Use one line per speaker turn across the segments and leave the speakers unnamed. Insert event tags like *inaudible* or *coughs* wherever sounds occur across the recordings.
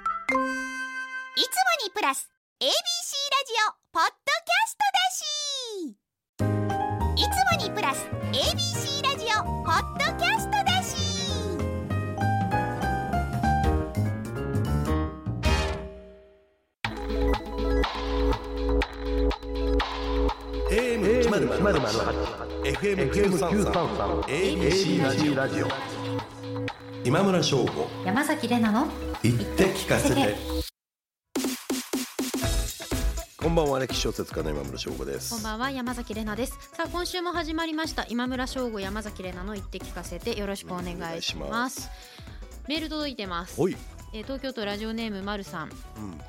いつもにプラス ABC ラジオポッドキャストだしいつもにプラス ABC ラジオポッドキャストだし
まるまる
FM93
ABC ラジオ
ラジオ
今村翔吾
山崎れなの
言って聞かせてこんばんは歴史小説家の今村翔吾です
こんばんは山崎れなですさあ今週も始まりました今村翔吾山崎れなの言って聞かせてよろしくお願いし
お願いし
ま
ます
メール届いてます
おい、
えー東京都ラジオネームまるさん
うん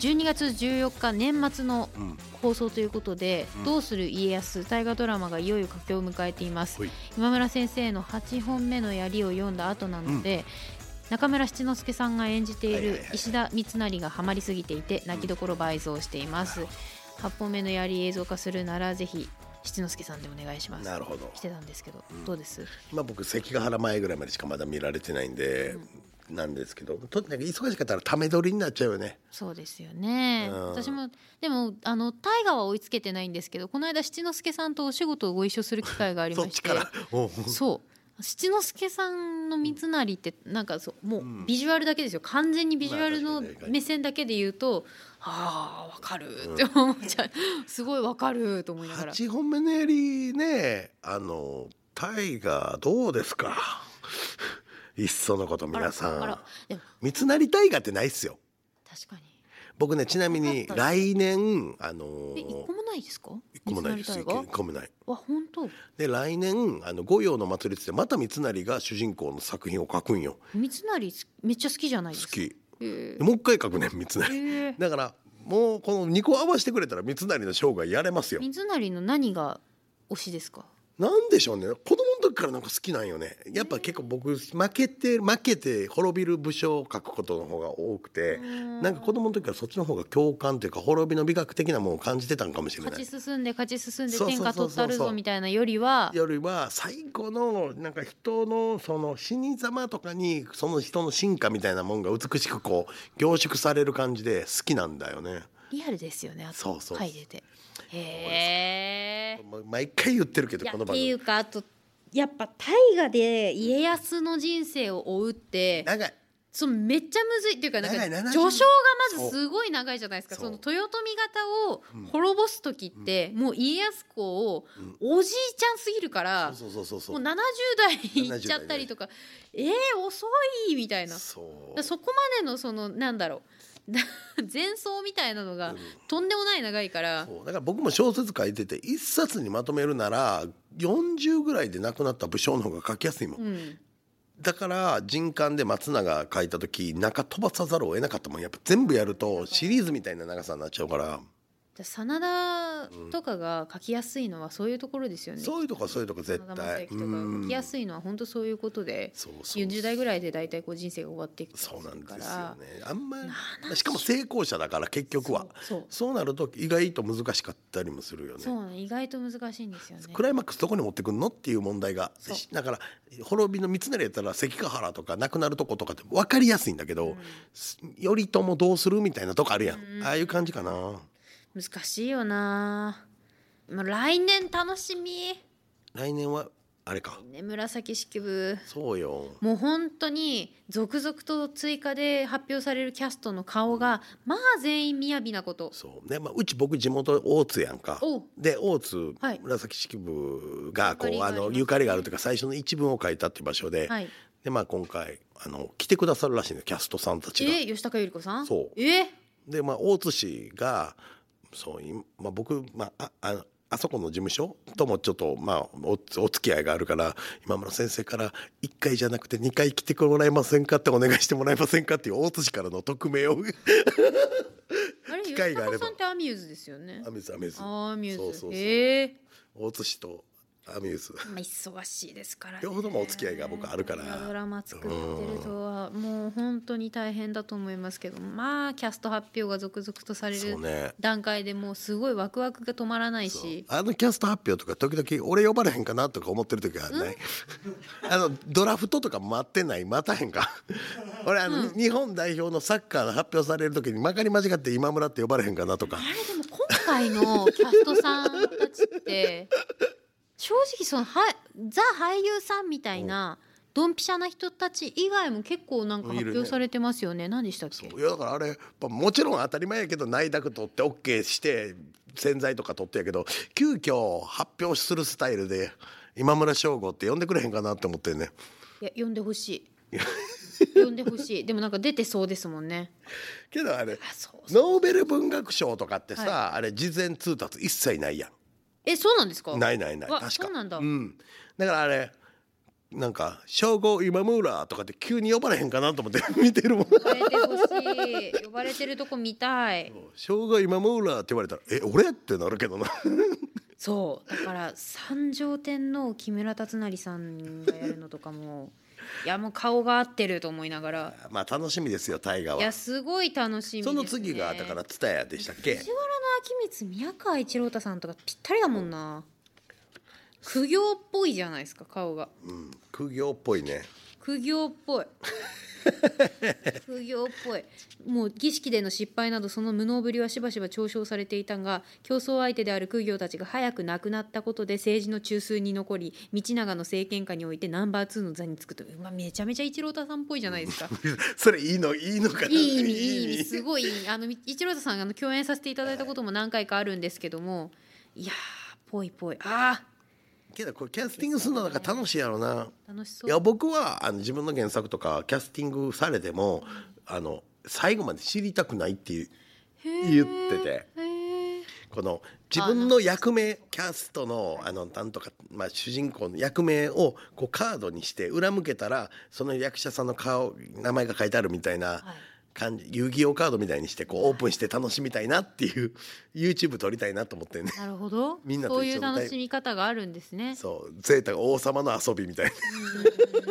12月14日年末の
うん、
放送ということで、
うん
どうする家康大河ドラマがいよいよ佳境を迎えています
ほい
今村先生の8本目の槍を読んだ後なので、中村七之助さんが演じてい
はいはい
る
はいはい
石田三成がハマりすぎていて泣きどころ倍増しています、8本目の槍映像化するならぜひ七之助さんでお願いします
なるほど
来てたんですけど、
ん
どうです
まあ僕関ヶ原前ぐらいまでしかまだ見られてないんで、なんですけどとにかく忙しかったらため撮りになっちゃうよね
そうですよね、
うん
私もでもあの大河は追いつけてないんですけどこの間七之助さんとお仕事をご一緒する機会がありま
そっち
して
からおう
そう七之助さんの三成ってなんかそうもううんビジュアルだけですよ完全にビジュアル
ま
の
あ確かに
目線だけで言うとああわかるって思っちゃう、 *laughs* すごいわかると思いながら
八本目のやりねあのタイガーどうですかいっそのこと皆さ
あらあら
ん
でも
三成大河ってないっすよ
確かに
僕ねちなみに来年あの
え一個もないですか
一個もないです
三成
一
大河
個もない
わ本当
で来年あの御用の祭りってまた三成が主人公の作品を書くんよ
三成すめっちゃ好きじゃない
好
ですか
き
好え
もう一回書くねん三成
え
だからもうこの2個合わせてくれたら三成の生涯やれますよ
三成の何が推しですか
なんでしょうね子供の時からなんか好きなんよねやっぱ結構僕負けて負けて滅びる武将を書くことの方が多くてなんか子供の時からそっちの方が共感というか滅びの美学的なものを感じてたんかもしれな
勝
い
ち進んで勝ち進んで
そうそう
天
そうそう
下取ったるぞみたいなよりは
よりは最後のなんか人のその死に様とかにその人の進化みたいなもんが美しくこう凝縮される感じで好きなんだよね。
リアルですよね。あと
そうそう
書いてて。へえ。
もう毎回言ってるけ
い
ど
や
こ
っ
の番
てい
組
うかあとやっぱ大河で家康の人生を追うって
長い
そのめっちゃむずいっていうかなんか
長い70
序章がまずすごい長いじゃないですかそ
そう
の豊臣方を
うん
滅ぼす時って、もう家康公をおじいちゃんすぎるから、
そうそうそうそう
もう70代いっちゃったりとか、えー、遅いみたいな
そ
だか
う
らそこまでのそのなんだろう *laughs* な前奏みたいなのが
うん
とんでもない長いから、
そうだから僕も小説書いてて一冊にまとめるなら40ぐらいで亡くなった武将の方が書きやすいもん、
うん、
だから人間で松永書いた時中飛ばさざるを得なかったもんやっぱ全部やるとシリーズみたいな長さになっちゃうから。
じゃあ真田とかが書きやすいのはそういうところですよね。
そういうとこそういうとこ絶
真田正
対。
幸とかが書きやすいのは本当そういうことで
うん、そうそう
40代ぐらいで大体こう人生が終わっていく
そうなんです
か
よ
ら
ね。あんま
70
りしかも成功者だから結局は
そう
そうなると意外と難しかったりもするよね。
そうそう意外と難しいんですよね。
クライマックスどこに持ってくんのっていう問題が
そう
だから滅びの三成やったら関ヶ原とか亡くなるとことかって分かりやすいんだけど、頼朝どうするみたいなとこあるやん、
うん
ああいう感じかな
難しいよな。もう来年楽しみ。
来年はあれか
ね紫式部。
そうよ
もう本当に続々と追加で発表されるキャストの顔がまあ全員雅なこと。
そうね、まあ、うち僕地元大津やんか
おう
で大津、
はい
紫式部がこ
ゆ
う
かりがあ
あ
りますね
のゆかりがあるというか最初の一文を書いたっていう場所で,、
はい。
でまあ、今回あの来てくださるらしいのキャストさんたちが。
え吉高由里子さん。
そう
え
で、まあ、大津氏がそう、今まあ、僕、まあ、ああのあそこの事務所ともちょっと、まあ、おお付き合いがあるから今村先生から1回じゃなくて2回来てもらえませんかってお願いしてもらえませんかっていう大津氏からの匿名を
あれ
機
吉
会があれば
高さんってアミューズですよね
ア。ミューズアミューズ
アミューズ。
そうそうそう
ええ
大津氏とアミューズ
まあ、忙しいですから、ね、
両方ともお付き合いが僕あるから
ドラマ作ってるとはもう本当に大変だと思いますけどまあキャスト発表が続々とされ
そう
る
ね
段階でもうすごいワクワクが止まらないし
あのキャスト発表とか時々俺呼ばれへんかなとか思ってる時はない *laughs* あのドラフトとか待ってない待たへんか *laughs* 俺あの、日本代表のサッカーの発表される時にまかり間違って今村って呼ばれへんかなとか
あれでも今回のキャストさんたちって正直そのはザ俳優さんみたいなドンピシャな人たち以外も結構なんか発
いるね
表されてますよね何でしたっけ
いやだからあれやっぱもちろん当たり前やけど内諾取って OK して洗剤とか取ってやけど急遽発表するスタイルで今村翔吾って呼んでくれへんかなって思ってんね
いや呼んでほしい呼んでほしいでもなんか出てそうですもんね
けどあれ
あそう
ノーベル文学賞とかってさ、
は
あれ事前通達一切ないやん
えそうなんですか
ないないない
わ
確か
そうなんだ
んだからあれなんか「称号今村」とかって急に呼ばれへんかなと思って *laughs* 見てるもん
呼ばれてほしい呼ばれてるとこ見たい
「称号今村」って言われたら「え俺?」ってなるけどな *laughs*
そうだから三条天皇木村達成さんがやるのとかもいやもう顔が合ってると思いながら
まあ楽しみですよ大河
いや
は
すごい楽しみで
そ
す、ね、
の次がだから蔦屋でしたっけ
藤原の秋光宮川一郎太さんとかぴったりだもんな、苦行っぽいじゃないですか顔が
うん苦行っぽいね *laughs*
苦行っぽい苦行っぽいもう儀式での失敗などその無能ぶりはしばしば嘲笑されていたが競争相手である苦行たちが早く亡くなったことで政治の中枢に残り道長の政権下においてナンバー2の座につくとうわめちゃめちゃ一郎太さんっぽいじゃないですか
それいいのいいのかない
い意味いい意味すごいいい意味あの一郎太さんあの共演させていただいたことも何回かあるんですけどもいやーぽいぽいあ
けどこれキャスティングするのなんか楽しいやろな
ー楽しそ
いや
う
僕はあの自分の原作とかキャスティングされてもあの最後まで知りたくないっていう言ってて
へー
この自分の役名キャストのあのなんとか、まあ、主人公の役名をこうカードにして裏向けたらその役者さんの顔名前が書いてあるみたいな
はい
感じ、遊戯王カードみたいにしてこうオープンして楽しみたいなっていう YouTube 撮りたいなと思ってね
なるほど。
みんなと
そう
一
い
緒
う
のタイプ
楽しみ方があるんですね。
そうゼータが王様の遊びみたいな。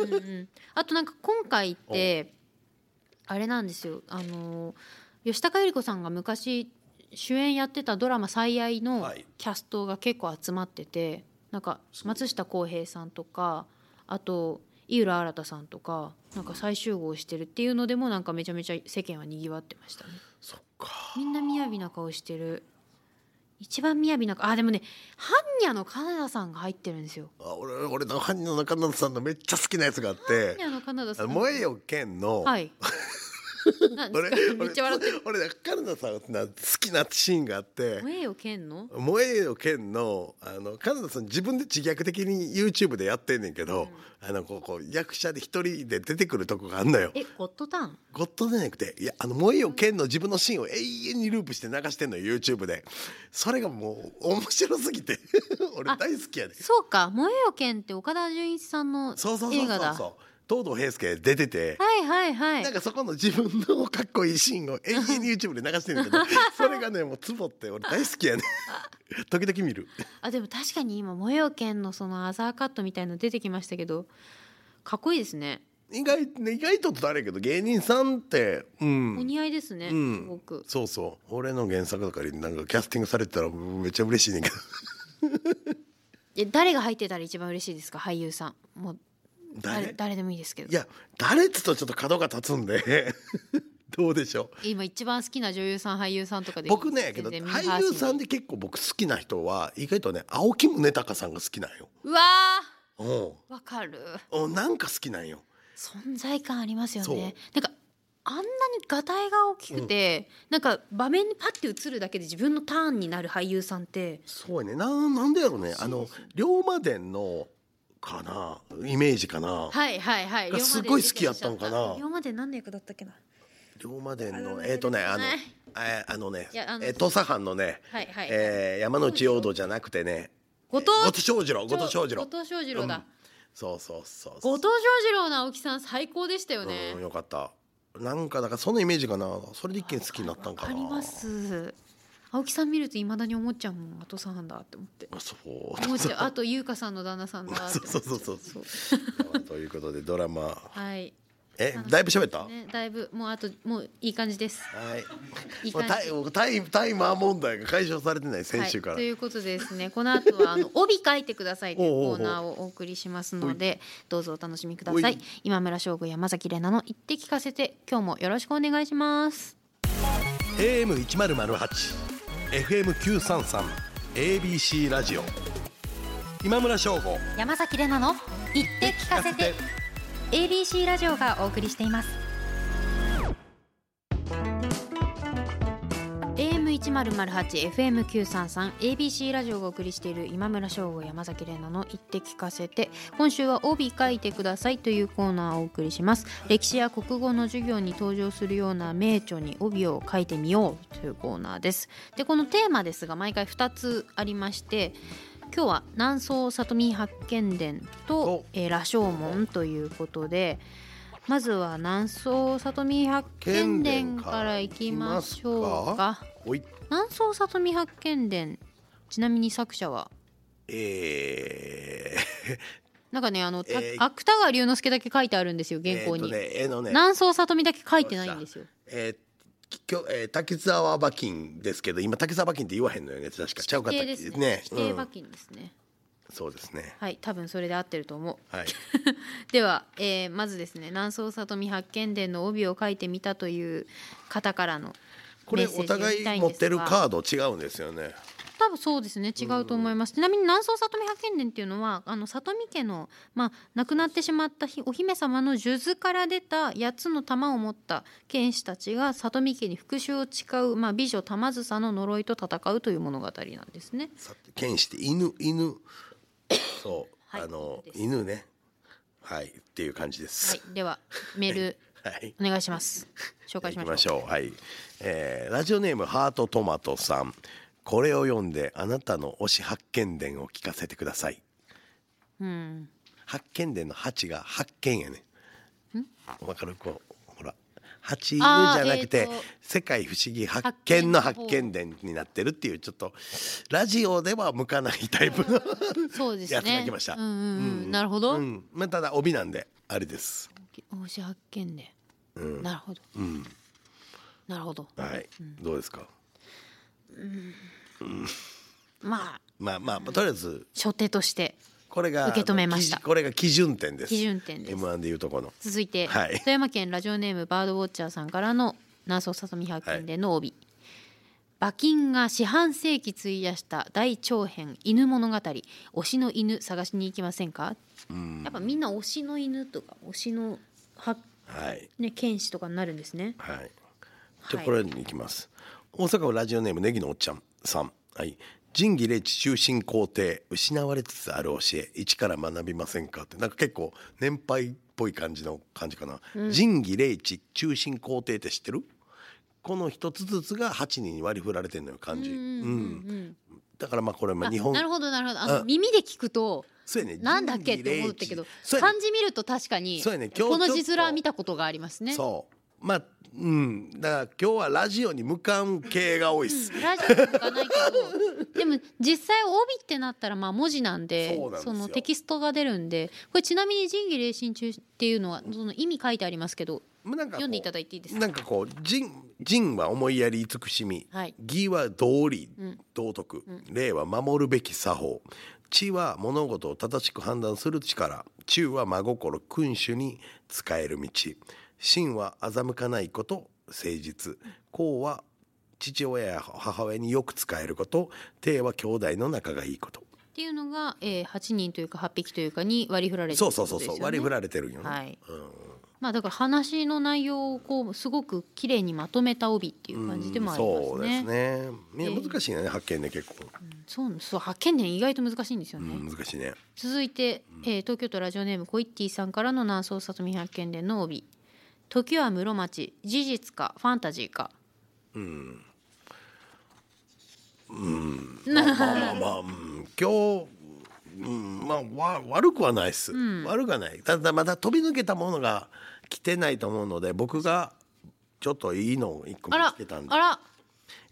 うんうんあとなんか今回ってあれなんですよ。あの吉高由里子さんが昔主演やってたドラマ最愛の
はい
キャストが結構集まってて、なんか松下洸平さんとか、あと井浦新さんとかなんか再集合してるっていうのでもなんかめちゃめちゃ世間は賑わってましたね。
そっか
みんな雅な顔してる。一番雅な顔あでもね般若のカナダさんが入ってるんですよ。
あ俺俺の犯人の中野さんのめっちゃ好きなやつがあって
あのカナ
「
ダさ
あの
ん。
燃えよ剣」の、 *laughs*
はい。なんです
俺
かめっちゃ笑ってる。
俺俺カナダさんの好きなシーンがあって
萌えよ剣の
*laughs* 「燃えよ剣の」あのカナダさん自分で自虐的に YouTube でやってんねんけど、あのこうこう役者で一人で出てくるとこがあんのよ。
えゴッドタン。
ゴッドじゃなくていやあの燃えよ剣の自分のシーンを永遠にループして流してんのよ YouTube でそれがもう面白すぎて *laughs* 俺大好きやで、
そうか萌えよ剣って岡田准一さんの
そうそうそう
映
そ
画だ。
うそう東堂平介出てて、
はいはいはい
なん。かそこの自分のかっこいいシーンを永遠に YouTube で流してるん
*laughs*
だけどそれがねもうツボって俺大好きやね時々見る
あでも確かに今萌えよ剣のそのアザーカットみたいの出てきましたけど、かっこいいですね。
意外ね意外と誰やけど芸人さんってう
お
ん
似合いですね。
うん
すごく。
そうそう俺の原作とかになんかキャスティングされてたらめっちゃ嬉しいねんけど
え誰が入ってたら一番嬉しいですか俳優さん。もう誰
誰
誰でもいいですけど
い。や誰っつうとちょっと角が立つんで *laughs* どうでしょう
今一番好きな女優さん俳優さんとかで
僕ねけど
全然ミーハ
俳
ー
優さん
心
で結構僕好きな人は意外とね青木宗隆さんが好きなんよ
うわ
うん
ーわかる
うんなんか好きなんよ
存在感ありますよ
そう
ねなんかあんなにがたいが大きくて、なんか場面にパッて映るだけで自分のターンになる俳優さんって
そうやねななんでやろうねあの龍馬伝のかなイメージかな
はいはいはい
が
龍馬
す
伝
ごい好きやったんかな
龍馬伝何の役だったっけな
龍馬伝
あ
の
の
えっ、とねあの
はい
えーあのね
いやあの
えー土佐藩のね、
はいはい
えー山内陽道じゃなくてね
後藤
えー後藤翔二郎後藤翔二郎
後藤翔二郎だ、
そうそうそう
後
そう
藤翔二郎の青木さん最高でしたよね、
うんよかったなんかだからそのイメージかなそれで一気に好きになったんか
あ
な
ります青木さん見るといまだに思っちゃうもん後さんだって思って
あそう
思っちゃうあと優香さんの旦那さんだって思っち
そ
ゃ
うそうそうそう *laughs* ということでドラマ
はい、
えだいぶ喋った、
ね、だいぶもうあともういい感じです
はい
いい
もう
感
タ
じ
イもうタイタイマー問題が解消されてない先週から、
はい、ということでですねこの後はあの帯書いてくださいというコーナーをお送りしますのでどうぞお楽しみくだ
お
さ
い
い今村翔吾山崎怜奈の言って聞かせて今日もよろしくお願いします
AM 一ゼロゼ八、FM 九三三、ABC ラジオ。今村翔吾。
山崎怜奈の言って聞かせて ABC ラジオがお送りしています AM1008、FM933、ABC ラジオがお送りしている今村翔吾、山崎怜奈の言って聞かせて今週は帯書いてくださいというコーナーをお送りします歴史や国語の授業に登場するような名著に帯を書いてみようというコーナーですで、このテーマですが毎回2つありまして今日は南宋里見八犬伝と
お、
えー羅生門ということでまずは南宋里見八犬伝からいきましょうか
おい、
南宋里見八犬伝ちなみに作者は
えー、
なんかねあの、た
えー
芥川龍之介だけ書いてあるんですよ原稿
えーと
に、
ね、絵のね、
南宋里見だけ書いてないんですよ
えー、きょえー、滝沢馬琴ですけど、今滝沢馬琴って言わへんのよね、確か。ちゃうか
否
った
定
っけ
ですね
ね
否定
う
馬
ん、
琴ですね、
そうですね。
はい多分それで合ってると思う *laughs*
はい。
では、えーまずですね南宋里見八犬伝の帯を書いてみたという方からの
こ
メ
れ
ッセー
お
ジを読
互
みた
い
いん
持っ
ですが
てるカード違うんですよね。
多分そうですね違うと思います、ちなみに南宋里見八犬伝っていうのはあの里見家の、まあ、亡くなってしまったひお姫様の数珠から出た8つの玉を持った剣士たちが里見家に復讐を誓う、まあ、美女玉梓の呪いと戦うという物語なんですね。
さて剣士って犬
*coughs*
犬そう、
はい
あの
犬です
犬ねはいっていう感じで
は
す
い、ではメール
はい、
お願いします紹
は
介
い、
し
行
ま
き
しょう
ましょうはい、えーラジオネームハートトマトさんこれを読んであなたの推し発見伝を聞かせてください
うん、
発見伝の八が発見やねわかるこうほら八犬じ
あー
ゃなくて、
えーと
世界不思議発見の発見伝になってるっていうちょっとラジオでは向かないタイプの
そうですね
やつが来ました
うんうん *laughs* うんなるほど、
うん、まあ、ただ帯なんで、あれです。
推し発見で、なるほど、なるほど
はい、どうですか。
まあ
まあ、まあ、とりあえず、
初手として
これが。
受け止めました
あの基準これが基準点です。
基準点です
M1 でいうとこの。
続いて、
はい
富山県ラジオネームバードウォッチャーさんからの南宋さとみ発見での帯、馬琴が四半世紀費やした大長編犬物語推しの犬探しに行きませんか、やっぱみんな推しの犬とか推しのは、
はい。
ね、剣士とかになるんですね
はい。じゃ
は
あ
い
これに行きます。大阪府ラジオネームネギのおっちゃんさん。はい。仁義礼智中心皇帝失われつつある教え一から学びませんかってなんか結構年配っぽい感じの感じかな。仁義礼智中心皇帝って知ってる？この一つずつが八人に割り振られてるのよ漢字。うん。だからまあこれまあ
あ
日本
なるほどなるほどあの
うん
耳で聞くと
そうやね。
なんだっけ
仁
っ
義
て
礼
思っ
智
たけど
そうやね
漢字見ると確かに
そうやね今日
この
ちょっと
字面は見たことがありますね。
そう。まあうんだから今日はラジオに向かう系が多いっす。
ラジオとかないけどでも実際帯ってなったらまあ文字なん
そ
で
うなんですよ
のテキストが出るんでこれちなみに「仁義礼信中」っていうのはその意味書いてありますけど
まあなんかこう
読んでいただいていいですか
なんかこう仁仁は思いやり慈しみ、
はい
義は道理、道徳、礼は守るべき作法知は物事を正しく判断する力忠は真心君主に使える道信は欺かないこと誠実公は父親や母親によく使えること帝は兄弟の仲がいいこと
っていうのが、えー、8人というか8匹というかに割り振られてる
そうそうそうそう、割り振
れ
られてるんよね、
はい
うん
まあだから話の内容をこうすごく綺麗にまとめた帯っていう感じでもありますね。
そうですねみんな難しいね、発見ね結構、
そうそう発見伝意外と難しいんですよね。
うん、難しいね
続いて、えー東京都ラジオネームコイッティさんからの南宋里見発見伝の帯「時は室町事実かファンタジーか
まあまあ、うん、今日、うん、まあわ悪くはないです、悪くはないただまだ飛び抜けたものが来てないと思うので僕がちょっといいのを一個」見
あら
つけたんで
あら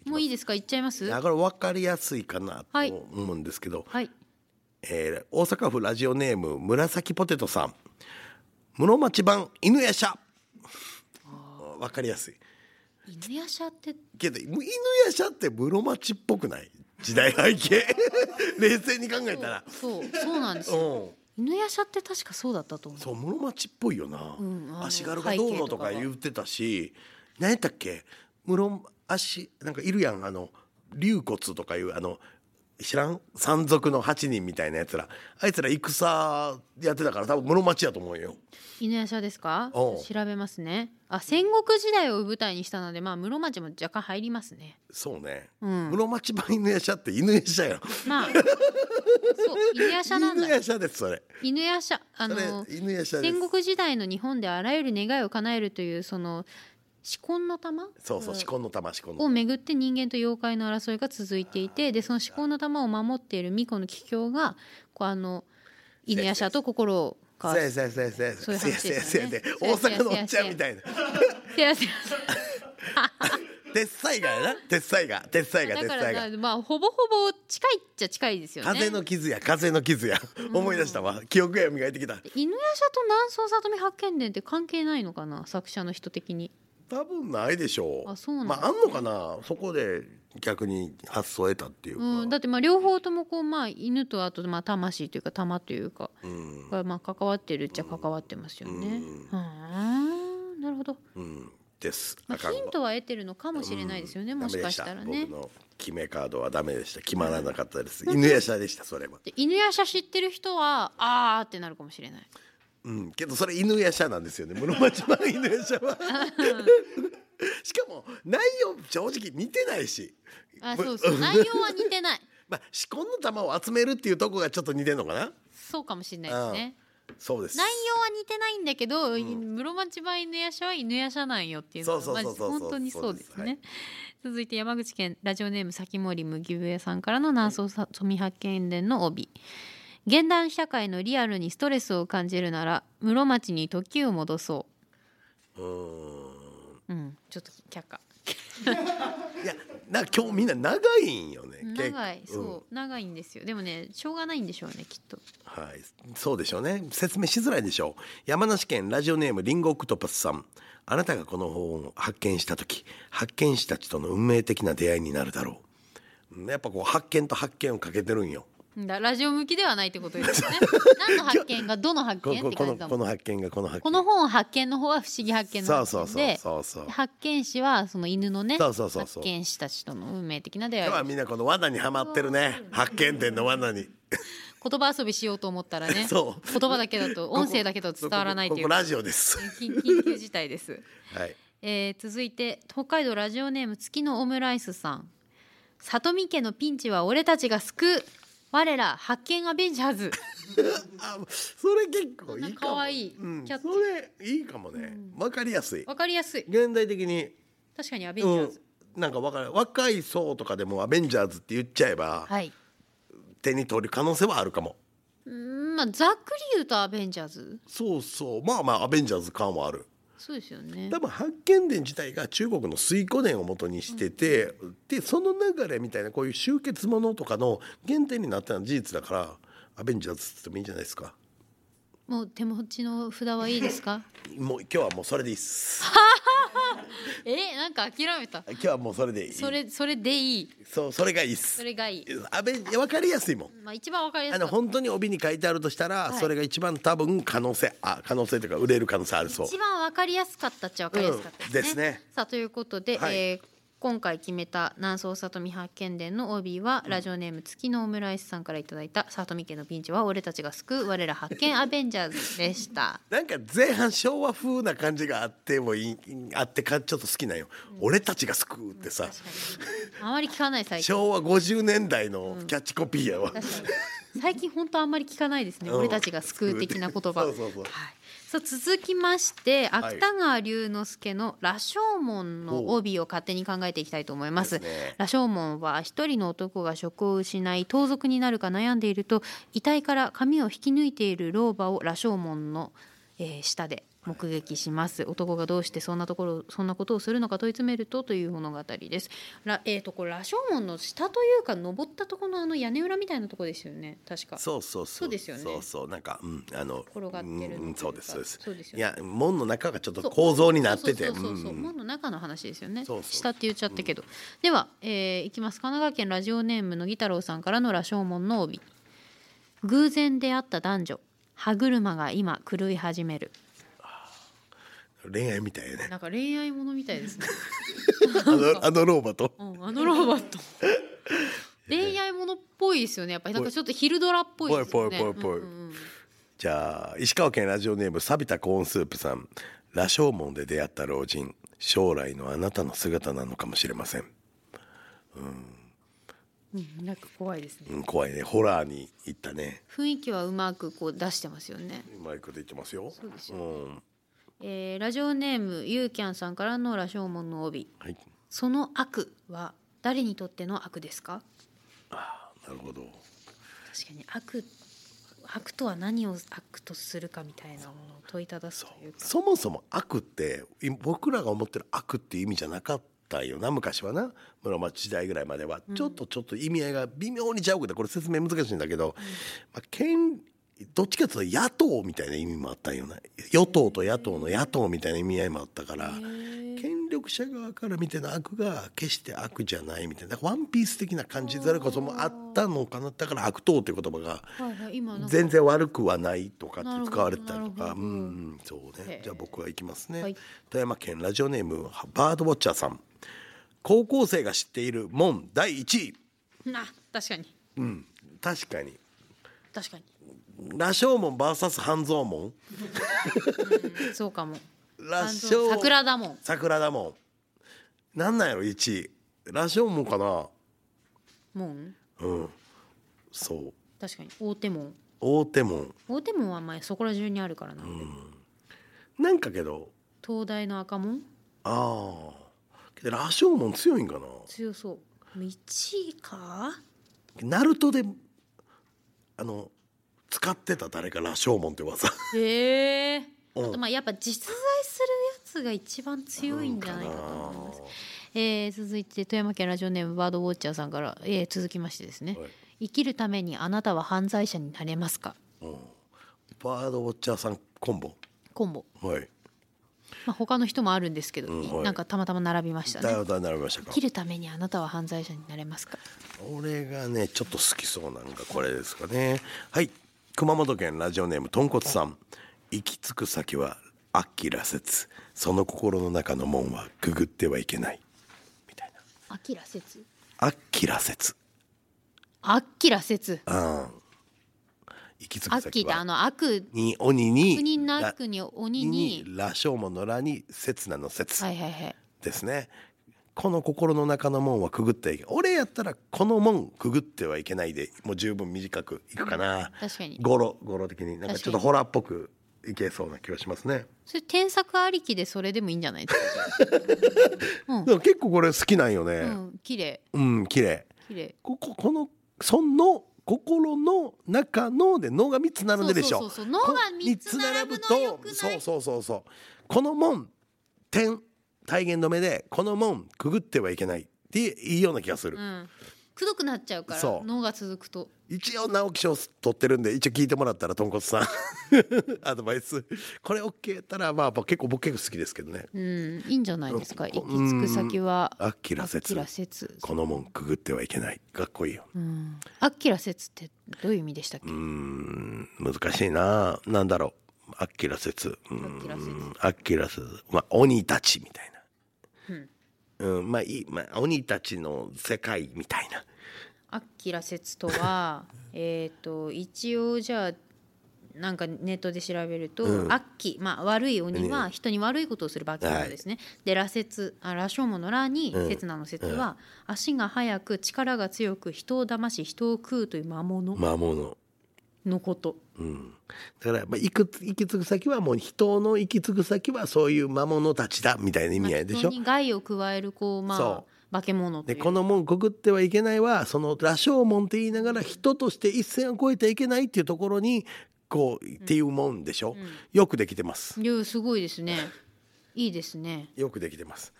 もういいですか言っちゃいます
あこれ分かりやすいかなと
はい
思うんですけど、
はい
えー大阪府ラジオネーム紫ポテトさん室町版犬やしゃ分かりやすい
犬やしゃって
けど犬やしゃって室町っぽくない時代背景 *laughs* 冷静に考えたら
そうそうそうな
*laughs*
んです
う
よ
ん
犬やしゃって確かそうだったと思う
そう室町っぽいよな、
うんあの
足軽がどうのとか言ってたし何やったっけ室足なんかいるやんあの龍骨とかいうあの知らん山賊の8人みたいなやつらあいつら戦やってたから多分室町やと思うよ
犬やしゃですか
お
調
う
べますねあ戦国時代を舞台にしたのでまあ室町も若干入りますね
そうね、
うん
室町版犬やしゃって犬やしゃよ *laughs*
まあそう犬やしゃなん
犬
だよ
やしゃですそれ
犬やしゃあ
それ
の
犬やしゃです
戦国時代の日本であらゆる願いを叶えるというその至婚の玉
そうそう、
ん
四魂の玉四魂の
をめぐって人間と妖怪の争いが続いていてでその至高の玉を守っている巫女の桔梗がこうあの犬やしゃと心を交わ
せ
す
やせやせやせや
そういう
せや
話
せや
です
せ
よ
や
ね
で
そう
大
やせや
阪のおっちゃんみたいな
せやせや
鉄斎がやな鉄斎が鉄斎が
だ
鉄
から
斎が
なまあほぼほぼ近いっちゃ近いですよね
風の傷や風の傷や思い出したわ記憶が磨いてきた
で犬やしゃと南宋里見八犬伝って関係ないのかな作者の人的に
多分ないでしょう
あそうなんだ
まああんのかなそこで逆に発想を得たっていうか
うん、だってまあ両方ともこうまあ犬とあとまあ魂というか玉というか
うん
がまあ関わってるっちゃ関わってますよね。
うん
うん、なるほど。
うんです
ま
あ
あ、
かんわ
ヒントは得てるのかもしれないですよね、
うん
もしかしたら
ダメで
ね
した。僕の決めカードはダメでした決まらなかったです犬やしゃでしたそれは
で犬やしゃ知ってる人はあーってなるかもしれない。
うん、けどそれ犬やしゃなんですよね室町版犬やしゃはしかも内容正直似てないし
あ
ぶ
そ
*laughs*
うそう内容は似てない。
まあ四魂の玉を集めるっていうとこがちょっと似てんのかな
そうかもしれないですね。
そうです
内容は似てないんだけど、室町版犬やしゃは犬やしゃなんよっていうのが
そうそうそうそう
まあ本当にそうですね。続いて山口県ラジオネーム先森麦笛さんからの南宋さ富発見伝の帯。現代社会のリアルにストレスを感じるなら室町に時を戻そうう。うん、ちょっと却下。
ーんいやな今日みんな長いんよね結構
長い、そう、
うん
長いんですよ。でもね、しょうがないんでしょうね、きっと。
はいそうでしょうね説明しづらいでしょう山梨県ラジオネームリンゴオクトパスさんあなたがこの本を発見した時発見したちとの運命的な出会いになるだろううんやっぱこう発見と発見をかけてるんよ
だラジオ向きではないってことで
*laughs*
すよね。何の発見がどの発
こ
見っ
こ
て
こ
感
の
じだ
こ
もん。
の発見がこの発見
この本発見の方は不思議発見の
そう
発
そう
見
そう
で
そうそう
発見士はその犬のね
そうそうそうそう
発見士たちとの運命的な出
今日
会
はいみんなこの罠にはまってるね発見点の罠に
言葉遊びしようと思ったらね
そう
言葉だけだと音声だけだと伝わらないとい
こここ
う
こラジオ
*laughs*
です
緊緊急事態です。
はい
えー続いて北海道ラジオネーム月のオムライスさん里見家のピンチは俺たちが救う我ら発見アベンジャーズ
あそれ結構いいかも
可愛い
うん、
キャッチ
それいいかもねわかりやすい
わかりやすい
現代的に
確かにアベンジャ
う
ー
ん
ズ、
なんかわかる若い層とかでもアベンジャーズって言っちゃえば、
はい
手に取る可能性はあるかも
うーんまあざっくり言うとアベンジャーズ
そうそうまあまあアベンジャーズ感はある
そうですよね
多分発見伝自体が中国の水古伝を元にしてて、でその流れみたいなこういう集結ものとかの原点になったのは事実だからアベンジャーズって言ってもいいんじゃないですか
もう手持ちの札はいいですか
もう今日はもうそれでいいっす
えなんか諦めた
今日はもうそれでいい
それそれでいい
そうそれがいいっ
そ
す
れがいい
アベン分かりやすいもん
まあ一番わかりや
あ
すか
の
った
本当に帯に書いてあるとしたら、
はい
それが一番多分可能性あ可能性というか売れる可能性あるそう
一番わかりやすかったっちゃわかりやすかったですね。
うんですね
さあということで、
はい
えー今回決めた南宋里見発見伝の OB は、ラジオネーム月のオムライスさんからいただいた里見家のピンチは俺たちが救う我ら発見アベンジャーズでした。
なんか前半昭和風な感じがあってもいいあってかちょっと好きなんよ、俺たちが救うってさ、
あまり聞かない最近。
昭和50年代のキャッチコピーやわ、
確かに最近本当あんまり聞かないですね。
うん
俺たちが救う的な言葉。
そうそうそう
はい。さあ続きまして
い
芥川龍之介の「羅生門」の帯を勝手に考えていきたいと思いま
で
す。
すね
羅生門は一人の男が職を失い盗賊になるか悩んでいると遺体から髪を引き抜いている老婆を羅生門の、えー下で目撃します男がどうしてそんなところそんなことをするのか問い詰めるとという物語ですらえっ、とこれ羅生門の下というか登ったところのあの屋根裏みたいなところですよね確か
そうそうそう
そうですよね
そうそうなんかうんあの
転がってるのというか
うんそうですそうです
そうですよ
い
ね
や門の中がちょっと
そう
構造になってて
そうそうそうそう、
うん
門の中の話ですよね
そうそう
下って言っちゃったけど、では、えーいきます神奈川県ラジオネームのぎ太郎さんからの羅生門の帯偶然出会った男女歯車が今狂い始める
恋愛みたいね
なんか恋愛ものみたいですね、 *laughs*
あのあの老婆と
うん、あのロボッ
*laughs*
ト恋愛ものっぽいですよねやっぱりなんかちょっと昼ドラっぽいですよね
ぽいぽいぽいぽい
うんうんうん
じゃあ石川県ラジオネーム錆びたコーンスープさん羅生門で出会った老人将来のあなたの姿なのかもしれません、
うんなんか怖いですね
うん、怖いねホラーに行ったね
雰囲気はうまくこう出してますよね
うまいこと言ってますよ
そうですよ
うん
えーラジオネームゆうきゃんさんからの羅生門の帯
はい
その悪は誰にとっての悪ですか
なるほど
確かに悪悪とは何を悪とするかみたいなものを問いただすというか
そもそも悪ってい僕らが思ってる悪っていう意味じゃなかったよな昔はな室町時代ぐらいまでは、ちょっとちょっと意味合いが微妙にちゃうけどこれ説明難しいんだけど、まあ、権どっちかというと野党みたいな意味もあったんよな与党と野党の野党みたいな意味合いもあったから権力者側から見ての悪が決して悪じゃないみたいなだからワンピース的な感じそれこそもあったのかなだから悪党という言葉が
はいはい今なんか
全然悪くはないとかって使われてたりとか、
なるほ
う
どなるほど
ん、そう
へ
ね
え。
じゃあ僕は行きますね。
はい
富山県ラジオネームバードウォッチャーさん。高校生が知っている門第一位。
な確かに
うん、確かに。
確かに、
羅生門バーサス半蔵門。
うんそうかも
羅
あの
生門
桜だもん
桜だもん。なんなんやろ一位。羅生門かな。
もん
うん。そう。
確かに大手門
大手門。
大手門は前そこら中にあるからな、
なんかけど。
東大の赤門
ああ。けど羅生門強いんかな。
強そう1位か
ナルトであの使ってた誰か羅生門って技
へえあ
うん
とまあやっぱ実在するやつが一番強いんじゃないかと思いますえー続いて富山県ラジオネームバードウォッチャーさんから、えー続きましてですね、
はい
生きるためにあなたは犯罪者になれますか
うんバードウォッチャーさんコンボ
コンボ、
はい
まあ、他の人もあるんですけど、
うんはい
なんかたまたま並びました
だい
ね
ぶ並びました
生
か
きるためにあなたは犯罪者になれますか
俺がねちょっと好きそうなのがこれですかねはい熊本県ラジオネームとんこつさん行き着く先はあっきらせつその心の中の門はくぐってはいけないみたいな
あきらせつ
あっきらせつ
あきらせつ
あ行き着
あ
く
っきっ
先
てあ
は
の悪
に鬼に
国の悪に鬼に
羅生門の羅に刹那の刹
はいはいはい
ですね、この心の中の門はくぐってはいけ俺やったらこの門くぐってはいけないでもう十分短くいくかな
確かに
語呂語呂的になんかちょっとホラーっぽくいけそうな気がしますね、
それ添削ありきでそれでもいいんじゃないですか、うん
でも結構これ好きなんよ
う
ね
ん、綺麗
うん綺麗
綺麗
こここのその心の中ので脳が三つ並んでるでしょ
そうそうそうそう脳が三つ並ぶの良くない
そうそうそうそうこの門点体言止めでこの門くぐってはいけないっていいような気がする、
うんくどくなっちゃうから
そう
脳が続くと
一応直木賞取ってるんで一応聞いてもらったらとんこつさん *laughs* アドバイスこれ OK やったらまあ結構僕結構好きですけどね
うん、いいんじゃないですか。
うん
行き着く先は。
アッキラ説
アッキラ説。
この門くぐってはいけないかっこいいよ
うん。アッキラ説ってどういう意味でしたっけ。
うーん難しいななんだろうアッキラ説うー
アッキラ説
んアッキラ説まあ鬼たちみたいな、うんまあいい、まあ、鬼たちの世界みたいな
アッキラ説
*laughs*
とは、えっと、一応じゃあ。なんかネットで調べると、
うん
悪鬼、まあ、悪い鬼は人に悪いことをする化け物ですね。で、羅刹、あ、羅生門の羅に、
うん
刹那の説は。足が速く、力が強く、人を騙し、人を食うという魔物
魔物
のこと。
うん、だからまあ行く行き着く先はもう人の行き着く先はそういう魔物たちだみたいな意味合いでし
まあ
ょ
人。に害を加える、こう、ま
そ
あ、化け物とい
で
う。
この門くぐってはいけないはその羅生門って言いながら人として一線を越えてはいけないっていうところにこうっていうもんでしょ、
うん
よくできてます
いやすごいですねいいですね
よくできてます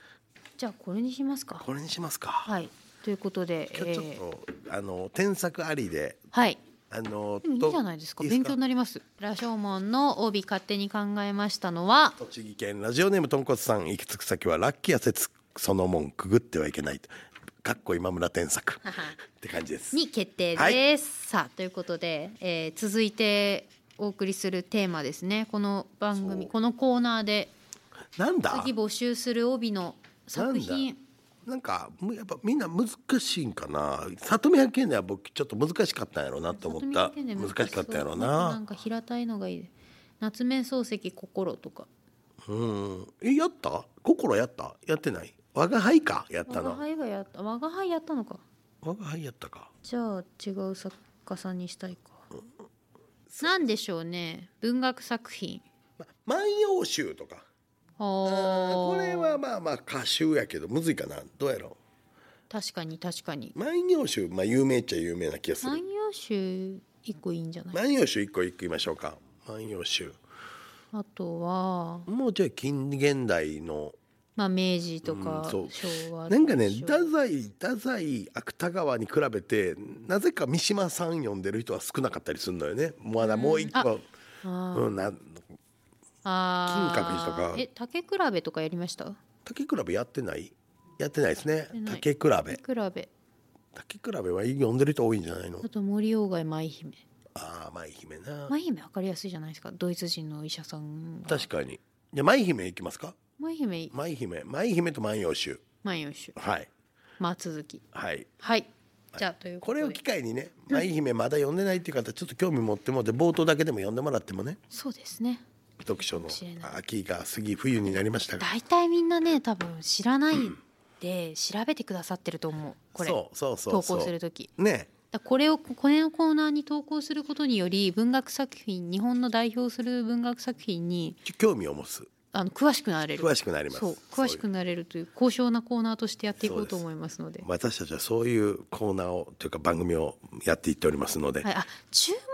じゃあこれにしますか
これにしますか、
はいということで、え
今日ちょっ
ー、
と、あの添削ありで
はい
あの
でもいいじゃないですか勉強
な
になります羅生門の帯勝手に考えましたのは
栃木県ラジオネームとんこつさん行き着く先はラッキーや説そのもんくぐってはいけないかっこ今村添削
はは
って感じです
に決定です、
はい
さあということで、えー続いてお送りするテーマですねこの番組
そう
このコーナーで
なんだ
次募集する帯の作
な
品
んなんかむやっぱみんな難しいんかな里見県では僕ちょっと難しかったんやろうなと思った
里見
難
の
し
件で
かったんやろう
もっとな
なん
か平たいのがいい夏目漱石心とか
うんえやった心やったやってない我が輩かやった
我が
な
輩がやった我が輩やったのか
我が輩やったか
じゃあ違う作家さんにしたいかなんでしょうね文学作品
ま万葉集とかあー
こ
これはまあまあ歌集やけどむずいかなどうやろ
確かに確かに
う万葉集まあ有名っちゃ有名な気がす
万
る
葉集一個いいんじゃない、
万葉集一個一個言いましょうか万葉集
あとは
もうちょい近現代の
まあ明治と
う
か
んそう
昭和
なんかね
昭和
太宰太宰芥川に比べてなぜか三島さん読んでる人は少なかったりするのよねまだもう一個
あー
うん、な
あー
金閣寺とか
え竹比べとかやりました
竹比べやってないやってないですね
てない
竹比べ
竹比べ
竹比べは読んでる人多いんじゃないの
あと森鴎外舞姫
ああ舞姫な
舞姫わかりやすいじゃないですかドイツ人のお医者さんが
確かにじゃあ舞姫いきますか
舞姫
舞姫舞姫と万葉集
万葉集
はい
まあ続き
はい
はいじゃあという
こ
こと
れ
で
を機会にね舞姫まだ読んでないっていう方ちょっと興味持ってもらって冒頭だけでも読んでもらってもね
そうですね
読書の
知れない
秋が過ぎ冬になりましたが
大体みんなね多分知らないで調べてくださってると思うこれ
そうそうそう
投
そう
稿する時
ね
だこれをこれのコーナーに投稿することにより文学作品日本の代表する文学作品に
き興味を持つ
あの詳しくなれる
詳しくなります
そう詳し
そ
く
ういう
なれるという高尚なコーナーとしてやっていこ
そう
う
です
と思いますので
私たちはそういうコーナーをというか番組をやっていっておりますので、
はい、あ注文の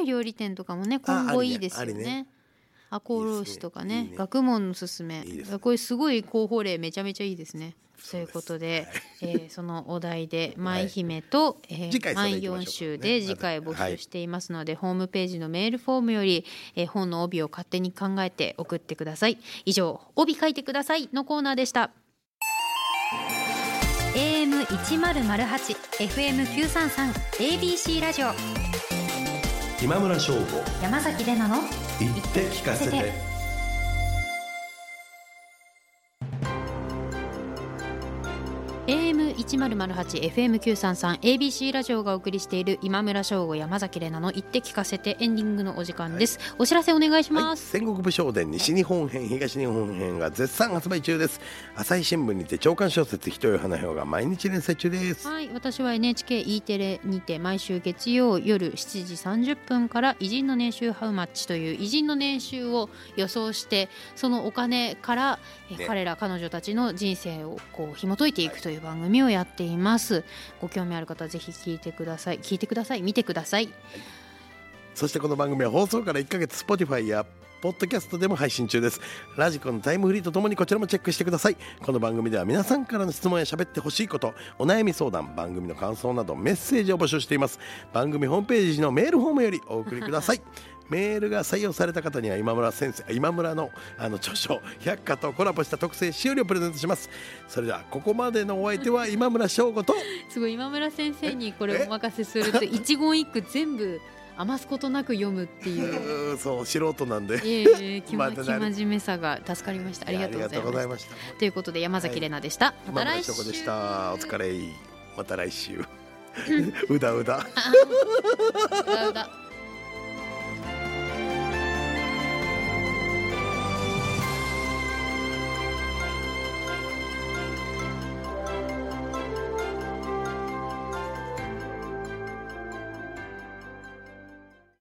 多い料理店とかもね
あ
今後いい
ありね
ですよね
ありね
赤穂浪士とかね
いいですね
学問のすすめ
いいですね
これすごい候補例めちゃめちゃいいですね。と
そうで
いう
す
ことで、えーそのお題で「舞姫と」えー
次回それ
万
行きましょうかね
葉集」で次回募集していますので、ホームページのメールフォームより、えー本の帯を勝手に考えて送ってください以上「帯書いてください」のコーナーでした AM1008FM933ABC ラジオ
今村翔吾
山崎れなの
言って聞かせ
せ
て
て？AM 一ゼロゼロ八 FM 九三三 ABC ラジオがお送りしている今村翔吾山崎れなの言って聞かせてエンディングのお時間です。お知らせお願いし
は
ま
い、
す。
戦国武将伝西日本編東日本編が絶賛発売中です朝日新聞にて長官小説「ひとよ花よ」が毎日連載中です
はい、私は NHKE テレにて毎週月曜夜7時30分から偉人の年収ハウマッチという偉人の年収を予想してそのお金から、え
ね
彼ら彼女たちの人生をこう紐解いていくという番組をやっていますご興味ある方はぜひ聞いてください聞いてください見てください
そしてこの番組は放送から1ヶ月 Spotify やポッドキャストでも配信中ですラジコのタイムフリーとともにこちらもチェックしてくださいこの番組では皆さんからの質問や喋ってほしいことお悩み相談番組の感想などメッセージを募集しています番組ホームページのメールフォームよりお送りくださ
*laughs*
いメールが採用された方には今村先生今村のあの著書「百科」とコラボした特製しおりをプレゼントしますそれではここまでのお相手は今村翔吾と
すごい今村先生にこれをお任せす *laughs* ると一言一句全部余すことなく読むって
う
*laughs* いう。
ーんそう素人なんで
いえいえ、き
ま
ま、
た
生
なる
真面目さが助かりました。ありがとうございました。
ました
ということで山崎れなでした。
ま
また
だ
来
そ
週。
こでした。*laughs*
*laughs*
お疲れ。また来週。うだうだ。
うだうだ